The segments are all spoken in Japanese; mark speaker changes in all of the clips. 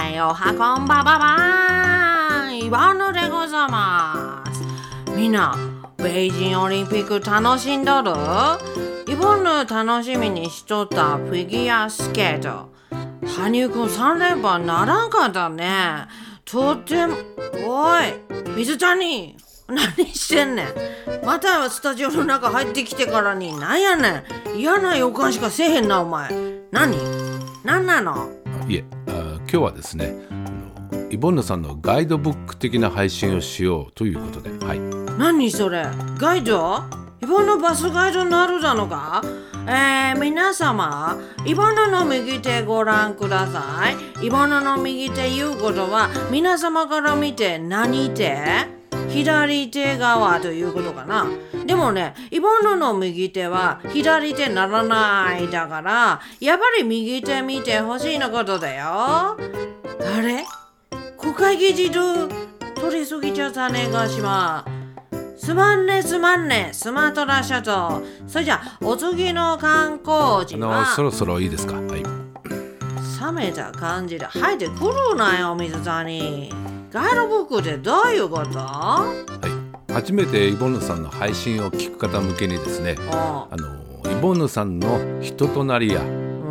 Speaker 1: こんばばばーんイワヌでございますみんな北京オリンピック楽しんどるイボンヌ楽しみにしとったフィギュアスケート羽生くん3連覇ならんかったねとてもおい水谷何してんねんまたスタジオの中入ってきてからになんやねん嫌な予感しかせえへんなお前何何なの
Speaker 2: いえあ今日はですねあのイボンヌさんのガイドブック的な配信をしようということで、はい、
Speaker 1: 何それガイドイボンのバスガイドになるだのかえー、皆様イボンヌの右手ご覧くださいイボンヌの右手いうことは皆様から見て何手左手側ということかなでもねイボンヌの右手は左手ならないだからやっぱり右手見てほしいのことだよあれ国会議事堂取りすぎちゃったねがしますすまんねすまんねスマトラ諸島それじゃお次の観光
Speaker 2: あ
Speaker 1: 地
Speaker 2: の
Speaker 1: は
Speaker 2: そろそろいいですか、はい、
Speaker 1: 冷めた感じで入ってくるなよ水谷ガイドブックってどういうこと
Speaker 2: はい、初めてイボンヌさんの配信を聞く方向けにですね
Speaker 1: お
Speaker 2: あのイボンヌさんの人となりや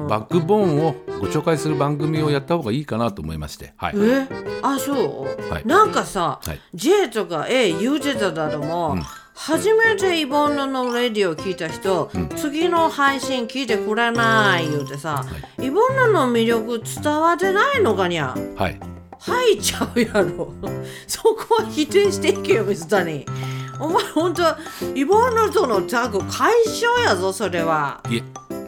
Speaker 2: バックボーンをご紹介する番組をやった方がいいかなと思いまして、はい
Speaker 1: えあそう、
Speaker 2: はい
Speaker 1: なんかさ、
Speaker 2: はい
Speaker 1: J とか A 言うてただろも、
Speaker 2: うん
Speaker 1: 初めてイボンヌのレディを聞いた人、
Speaker 2: うん
Speaker 1: 次の配信聞いてくれない言うてさ、イボンヌの魅力伝わってないのかにゃ
Speaker 2: はい、
Speaker 1: 入っちゃうやろ そこは否定していけよ水谷お前ほんとイボンヌとのタッグ解消やぞそれはい
Speaker 2: え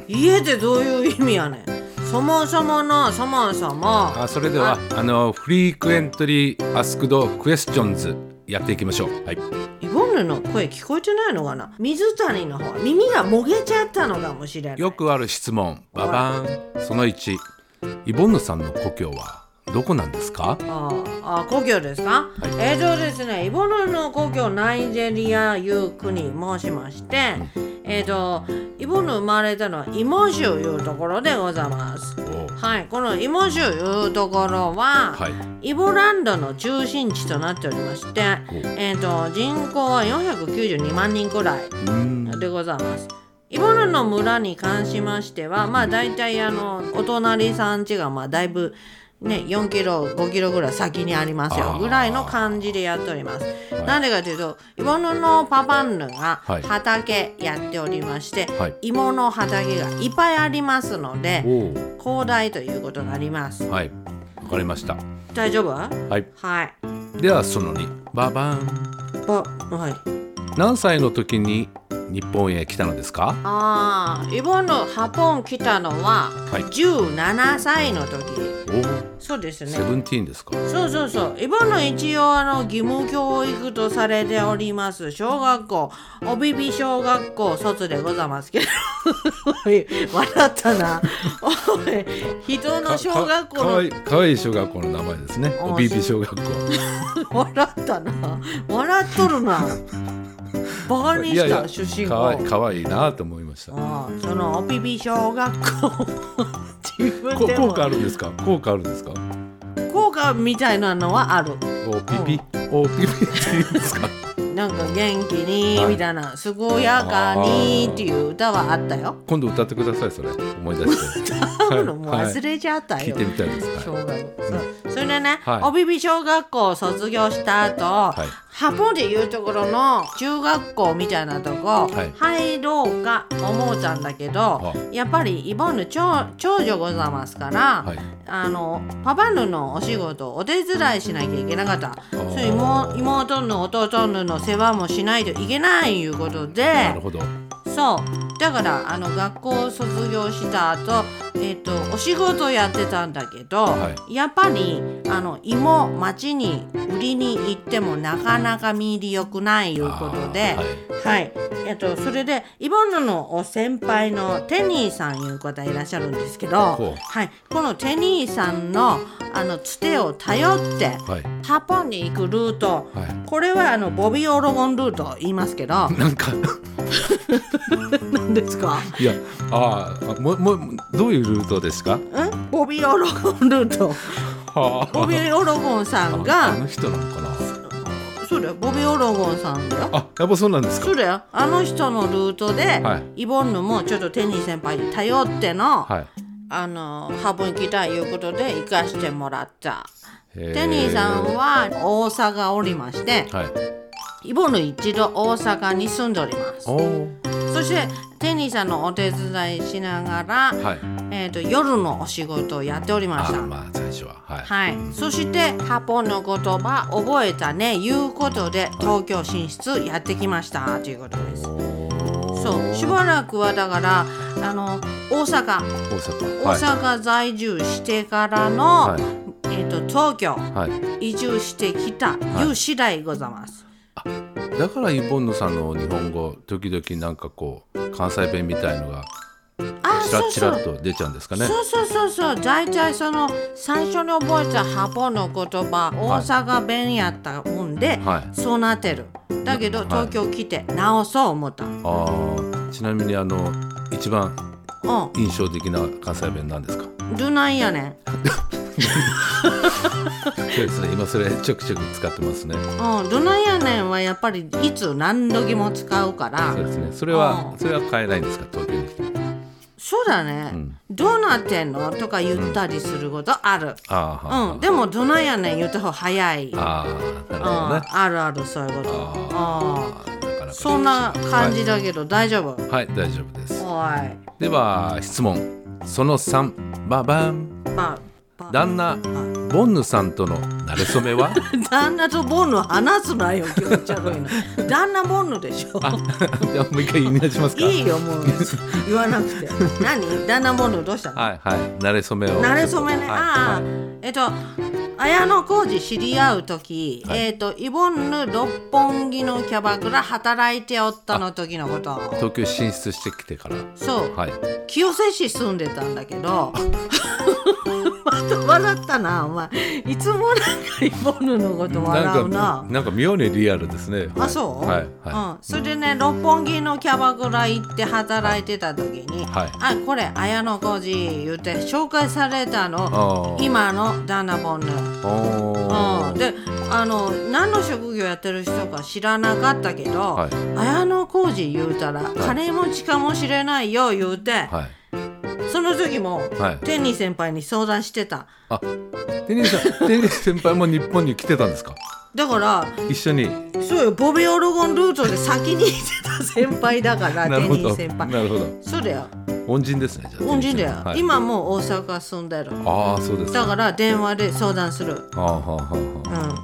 Speaker 1: 家ってどういう意味やねんそもそものそもそも
Speaker 2: あそれではあのフリークエントリーアスクドクエスチョンズやっていきましょうはい
Speaker 1: イボンヌの声聞こえてないのかな水谷の方は耳がもげちゃったのかもしれない
Speaker 2: よくある質問ババーンその1イボンヌさんの故郷はどこなんですか
Speaker 1: あああ故郷ですか、えーとですねイボノの故郷ナイジェリアいう国申しまして、えーとイボノ生まれたのはイモ州いうところでございます
Speaker 2: お
Speaker 1: はいこのイモ州いうところは、
Speaker 2: はい
Speaker 1: イボランドの中心地となっておりまして
Speaker 2: おう
Speaker 1: えーと人口は492万人くらい
Speaker 2: ーん
Speaker 1: でございます。イボルの村に関しましては、まあ大体あの、お隣さん家がまあだいぶね、4キロ、5キロぐらい先にあります
Speaker 2: あ
Speaker 1: よ
Speaker 2: ー
Speaker 1: ぐらいの感じでやっております。
Speaker 2: い
Speaker 1: なんでかというと、イボルのパパンヌが
Speaker 2: はい
Speaker 1: 畑やっておりまして、
Speaker 2: はい
Speaker 1: 芋の畑がいっぱいありますので、
Speaker 2: お
Speaker 1: 広大ということになります
Speaker 2: う。はいわかりました
Speaker 1: 大丈夫は
Speaker 2: はい
Speaker 1: はい。
Speaker 2: ではその2ババーン
Speaker 1: ば、はい。
Speaker 2: 何歳の時に日本へ来たのですか
Speaker 1: ああ、イボルのハポン来たのは、
Speaker 2: はい
Speaker 1: 17歳の時。
Speaker 2: おう
Speaker 1: そうですね
Speaker 2: セ。ブンティーンですか
Speaker 1: そうそうそう。今の一応あの義務教育とされております小学校、おびび小学校卒でございますけど。 おい笑ったな。おい、人の小学校
Speaker 2: かかわい
Speaker 1: の
Speaker 2: いかわいい小学校の名前ですね
Speaker 1: あー
Speaker 2: おびび小学校
Speaker 1: 笑ったな。笑っとるな。バカにした出身
Speaker 2: かわい
Speaker 1: 校。
Speaker 2: かわいいなと思いました
Speaker 1: ああそのおびび小学校 自分
Speaker 2: こ
Speaker 1: で
Speaker 2: 効
Speaker 1: も
Speaker 2: 果あるんですか効果あるんですか
Speaker 1: 効果みたいなのはある
Speaker 2: おピピおピピっていうんですか
Speaker 1: なんか元気に
Speaker 2: はい
Speaker 1: みたいな健やかにっていう歌はあったよ
Speaker 2: 今度歌ってくださいそれ思い出して
Speaker 1: 多分もう忘れちゃった
Speaker 2: 聞い
Speaker 1: よ、
Speaker 2: てみたいです
Speaker 1: 小
Speaker 2: はい
Speaker 1: 学校そうそれでね、
Speaker 2: はい
Speaker 1: おびび小学校を卒業した後、
Speaker 2: い
Speaker 1: ハポでいうところの中学校みたいなとこ
Speaker 2: はい
Speaker 1: 入ろうか思うたんだけど、
Speaker 2: は
Speaker 1: やっぱりイボンヌ長長女ございますから、
Speaker 2: はい
Speaker 1: あのパパヌのお仕事をお手伝いしなきゃいけなかった
Speaker 2: ー
Speaker 1: そう妹妹の弟のの世話もしないといけないいうことで。
Speaker 2: なるほど
Speaker 1: そうだからあの学校を卒業した後、えっとお仕事やってたんだけど、
Speaker 2: は
Speaker 1: やっぱりあの芋町に売りに行ってもなかなか見入りよくないいうことで
Speaker 2: あーは
Speaker 1: は
Speaker 2: い。
Speaker 1: い、えっとそれでイボンヌのお先輩のテニーさんいう方いらっしゃるんですけど、
Speaker 2: ほう
Speaker 1: はい、このテニーさんのあのつてを頼って
Speaker 2: はい
Speaker 1: ハポンに行くルート、
Speaker 2: は
Speaker 1: これはあのボビー・オロゴンルート言いますけ ど
Speaker 2: いなんか
Speaker 1: 何ですか
Speaker 2: いやあーあももどういうルートですか
Speaker 1: んボビー・オロゴンルート
Speaker 2: はあ
Speaker 1: ボビー・オロゴンさん
Speaker 2: あ
Speaker 1: が
Speaker 2: の人なのかな
Speaker 1: そうだよボビー・オロゴンさんだよ
Speaker 2: あやっぱそうなんです
Speaker 1: そ
Speaker 2: か
Speaker 1: うだよあの人のルートで、
Speaker 2: は
Speaker 1: イボンヌもちょっとテニー先輩に頼っての、
Speaker 2: はい
Speaker 1: あのハブに来たいうことで行かしてもらった
Speaker 2: へえ
Speaker 1: テニーさんは大阪おりまして
Speaker 2: はい
Speaker 1: イボンヌ一度大阪に住んでおります
Speaker 2: おー
Speaker 1: そしてテニーさんのお手伝いしながら、
Speaker 2: はい
Speaker 1: えー、と夜のお仕事をやっておりま
Speaker 2: あ
Speaker 1: した
Speaker 2: まあ最初ははい、
Speaker 1: はい、そして「ハポの言葉覚えたね」いうことで東京進出やってきましたということです。そうしばらくはだからあの大阪
Speaker 2: 大阪
Speaker 1: 大
Speaker 2: はい
Speaker 1: 阪在住してからの、
Speaker 2: はい
Speaker 1: えー、と東京
Speaker 2: はい
Speaker 1: 移住してきたいう次第ございます。
Speaker 2: だからイボンヌさんの日本語時々なんかこう関西弁みたいのが
Speaker 1: あ
Speaker 2: ちら
Speaker 1: そう
Speaker 2: ち
Speaker 1: そ
Speaker 2: らっ
Speaker 1: う
Speaker 2: と出ちゃうんですかね
Speaker 1: そうそうそうそう大体その最初に覚えたハポの言葉大阪弁やったもんで、
Speaker 2: はい
Speaker 1: そうなってるだけど
Speaker 2: い
Speaker 1: 東京来て直そう思った、
Speaker 2: あーちなみにあの一番
Speaker 1: うん
Speaker 2: 印象的な関西弁なんですか
Speaker 1: どないやねん。
Speaker 2: そうですね今それちょくちょく使ってますね
Speaker 1: うん、どないやねんはやっぱりいつ何時も使うか
Speaker 2: そ
Speaker 1: ら。
Speaker 2: うですねそれ
Speaker 1: う
Speaker 2: は
Speaker 1: ん
Speaker 2: それは変えないんですか東京に来て
Speaker 1: そうだね、
Speaker 2: ん
Speaker 1: どうなってんのとか言ったりすることある。
Speaker 2: あー
Speaker 1: う
Speaker 2: は
Speaker 1: ん、
Speaker 2: ーはー
Speaker 1: でもどないやねん言った方が早い。うん、
Speaker 2: あーなるほどね
Speaker 1: あるあるそういうこと。
Speaker 2: あ
Speaker 1: あ
Speaker 2: ーなかなか
Speaker 1: ん、そんな感じだけど大丈夫。
Speaker 2: はい、はい、大丈夫です
Speaker 1: おい。
Speaker 2: では質問その3ババン
Speaker 1: まあ、ば
Speaker 2: 旦那ボンヌさんとの馴れ初めは
Speaker 1: 旦那とボンヌ話すなよ気持ち 悪いな。旦那ボンヌでしょ。
Speaker 2: じゃあもう一回言い直しますか
Speaker 1: いいよもう言わなくて。何旦那ボンヌどうしたの
Speaker 2: はいはい馴れ初めを
Speaker 1: なれそめね、
Speaker 2: はい
Speaker 1: ああ、えっと綾小路知り合う時、
Speaker 2: はい
Speaker 1: えっとイボンヌ六本木のキャバクラ働いておったの時のこと
Speaker 2: 東京進出してきてから
Speaker 1: そう、
Speaker 2: はい
Speaker 1: 清瀬市住んでたんだけど また笑ったなお前いつもなんかイボンヌのこと笑
Speaker 2: な
Speaker 1: うんな
Speaker 2: かなんか妙にリアルですねはい
Speaker 1: あそう、
Speaker 2: はい
Speaker 1: うん
Speaker 2: は、
Speaker 1: それでね六本木のキャバクラ行って働いてた時に「
Speaker 2: はい
Speaker 1: あこれ綾小路」言って紹介されたの
Speaker 2: あー
Speaker 1: 今の旦那ボンヌ。
Speaker 2: いお
Speaker 1: うん、
Speaker 2: ー
Speaker 1: であの何の職業やってる人か知らなかったけど、
Speaker 2: はい
Speaker 1: 綾小路言うたら、金持ちかもしれないよ言うて、
Speaker 2: はい
Speaker 1: その時も、
Speaker 2: はい
Speaker 1: テニー先輩に相談してた
Speaker 2: あテニーさんテニー先輩も日本に来てたんですか
Speaker 1: だから
Speaker 2: 一緒に
Speaker 1: そうよボビオロゴンルートで先に行ってた先輩だから
Speaker 2: な
Speaker 1: テ
Speaker 2: るほ
Speaker 1: ニー
Speaker 2: ど
Speaker 1: 先
Speaker 2: な
Speaker 1: 輩
Speaker 2: るほど
Speaker 1: そうだよ
Speaker 2: 恩人ですねじゃあ
Speaker 1: 恩人だよ、
Speaker 2: テニー先輩はい
Speaker 1: 今もう大阪住んでる
Speaker 2: ああそうです
Speaker 1: だ
Speaker 2: か
Speaker 1: から電話で相談する
Speaker 2: あーはーはーはー
Speaker 1: うん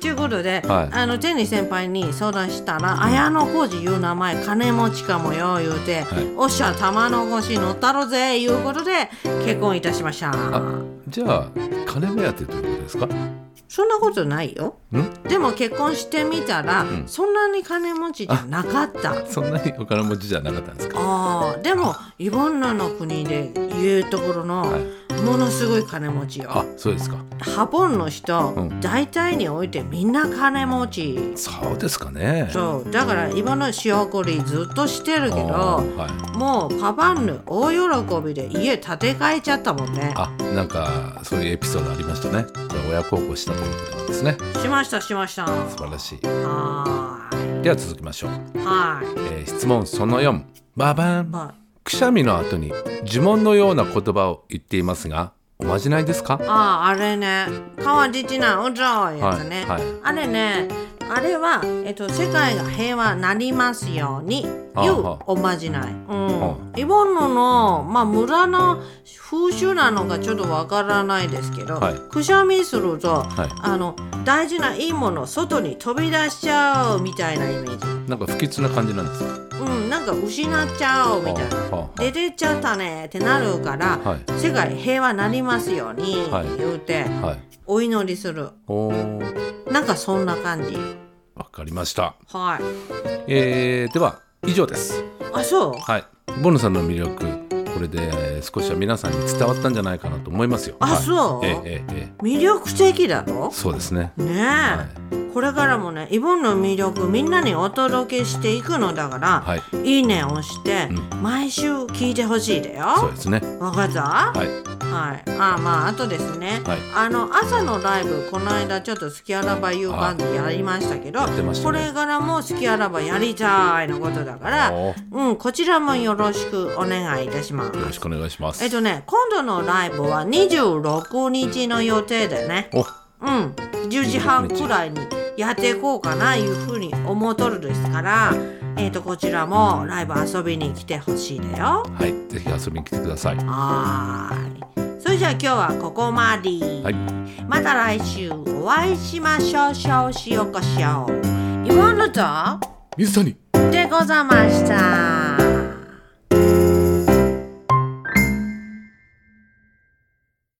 Speaker 1: ということで、
Speaker 2: はい
Speaker 1: あのテニー先輩に相談したら「綾小路いう名前金持ちかもよ」言うて「
Speaker 2: はい
Speaker 1: おっしゃ玉の腰乗ったろぜ」いうことで結婚いたしました
Speaker 2: あじゃあ金目当てということですか
Speaker 1: そんなことないよ
Speaker 2: ん
Speaker 1: でも結婚してみたら、そんなに金持ちじゃなかった
Speaker 2: そんなにお金持ちじゃなかったんですか
Speaker 1: あーでもイボンナの国で言うところの、
Speaker 2: はい
Speaker 1: ものすごい金持ち
Speaker 2: あ
Speaker 1: よ
Speaker 2: そうですか
Speaker 1: ハポンの人、
Speaker 2: うん
Speaker 1: 大体においてみんな金持ち
Speaker 2: そうですかね
Speaker 1: そうだから今の仕送りずっとしてるけ
Speaker 2: あ
Speaker 1: ど
Speaker 2: ーはい
Speaker 1: もうパパンヌ大喜びで家建て替えちゃったもんね
Speaker 2: あなんかそういうエピソードありましたねじゃあ親孝行したということなんですね
Speaker 1: しましたしました
Speaker 2: 素
Speaker 1: は
Speaker 2: 晴らしい
Speaker 1: ー
Speaker 2: では続きましょう、
Speaker 1: いはい
Speaker 2: えー質問その4ババン
Speaker 1: ま
Speaker 2: くしゃみの後に呪文のような言葉を言っていますがおまじないですか
Speaker 1: ああああれね川地ちなおじゃうやつね、
Speaker 2: はいはい
Speaker 1: あれねあれは、えっと、世界が平和になりますように
Speaker 2: あ
Speaker 1: いう
Speaker 2: は
Speaker 1: おまじない、
Speaker 2: は
Speaker 1: うん、イボンヌの、まあ、村の風習なのかちょっとわからないですけど、
Speaker 2: はい
Speaker 1: くしゃみすると、
Speaker 2: い
Speaker 1: あの大事ないいものを外に飛び出しちゃうみたいなイメージ、
Speaker 2: なんか不吉な感じなんですか
Speaker 1: うん、なんか失っちゃうみたいな
Speaker 2: はあはあ
Speaker 1: 出てっちゃったねってなるから、
Speaker 2: はい
Speaker 1: 世界平和になりますように
Speaker 2: はい
Speaker 1: 言うて、
Speaker 2: はい
Speaker 1: お祈りする
Speaker 2: おー
Speaker 1: なんかそんな感じ
Speaker 2: わかりました
Speaker 1: はい
Speaker 2: えー、では以上です
Speaker 1: あそう
Speaker 2: はいボンヌさんの魅力これで少しは皆さんに伝わったんじゃないかなと思いますよ。
Speaker 1: あ
Speaker 2: はい
Speaker 1: そう
Speaker 2: えええええ
Speaker 1: 魅力的だろ
Speaker 2: えそうですね。
Speaker 1: ねえ、これからもねイボンの魅力みんなにお届けしていくのだから、
Speaker 2: は
Speaker 1: い、
Speaker 2: い、
Speaker 1: いねを押して、毎週聞いてほしいだ
Speaker 2: そう
Speaker 1: よ
Speaker 2: ですね。
Speaker 1: わかった
Speaker 2: は
Speaker 1: は
Speaker 2: い、
Speaker 1: い、あまああとですね、
Speaker 2: はい
Speaker 1: あの朝のライブこの間ちょっと「好きあらば U バンド」やりましたけど
Speaker 2: ってましたね
Speaker 1: これからも「好きあらばやりたい」のことだから、
Speaker 2: およ
Speaker 1: うん、こちらもよろしくお願いいたします。
Speaker 2: ろしくお願いします。
Speaker 1: えっとね今度のライブは26日の予定でねう
Speaker 2: お、
Speaker 1: ん10時半くらいにやっていこうかないうふうに思うとるですから、えっとこちらもライブ遊びに来てほしいだよ。
Speaker 2: はい、ぜひ遊びに来てください。
Speaker 1: はーい。それじゃあ今日はここまで。
Speaker 2: はい
Speaker 1: また来週お会いしましょう。少子よこしょう。イワンヌと
Speaker 2: 水谷。
Speaker 1: でございました。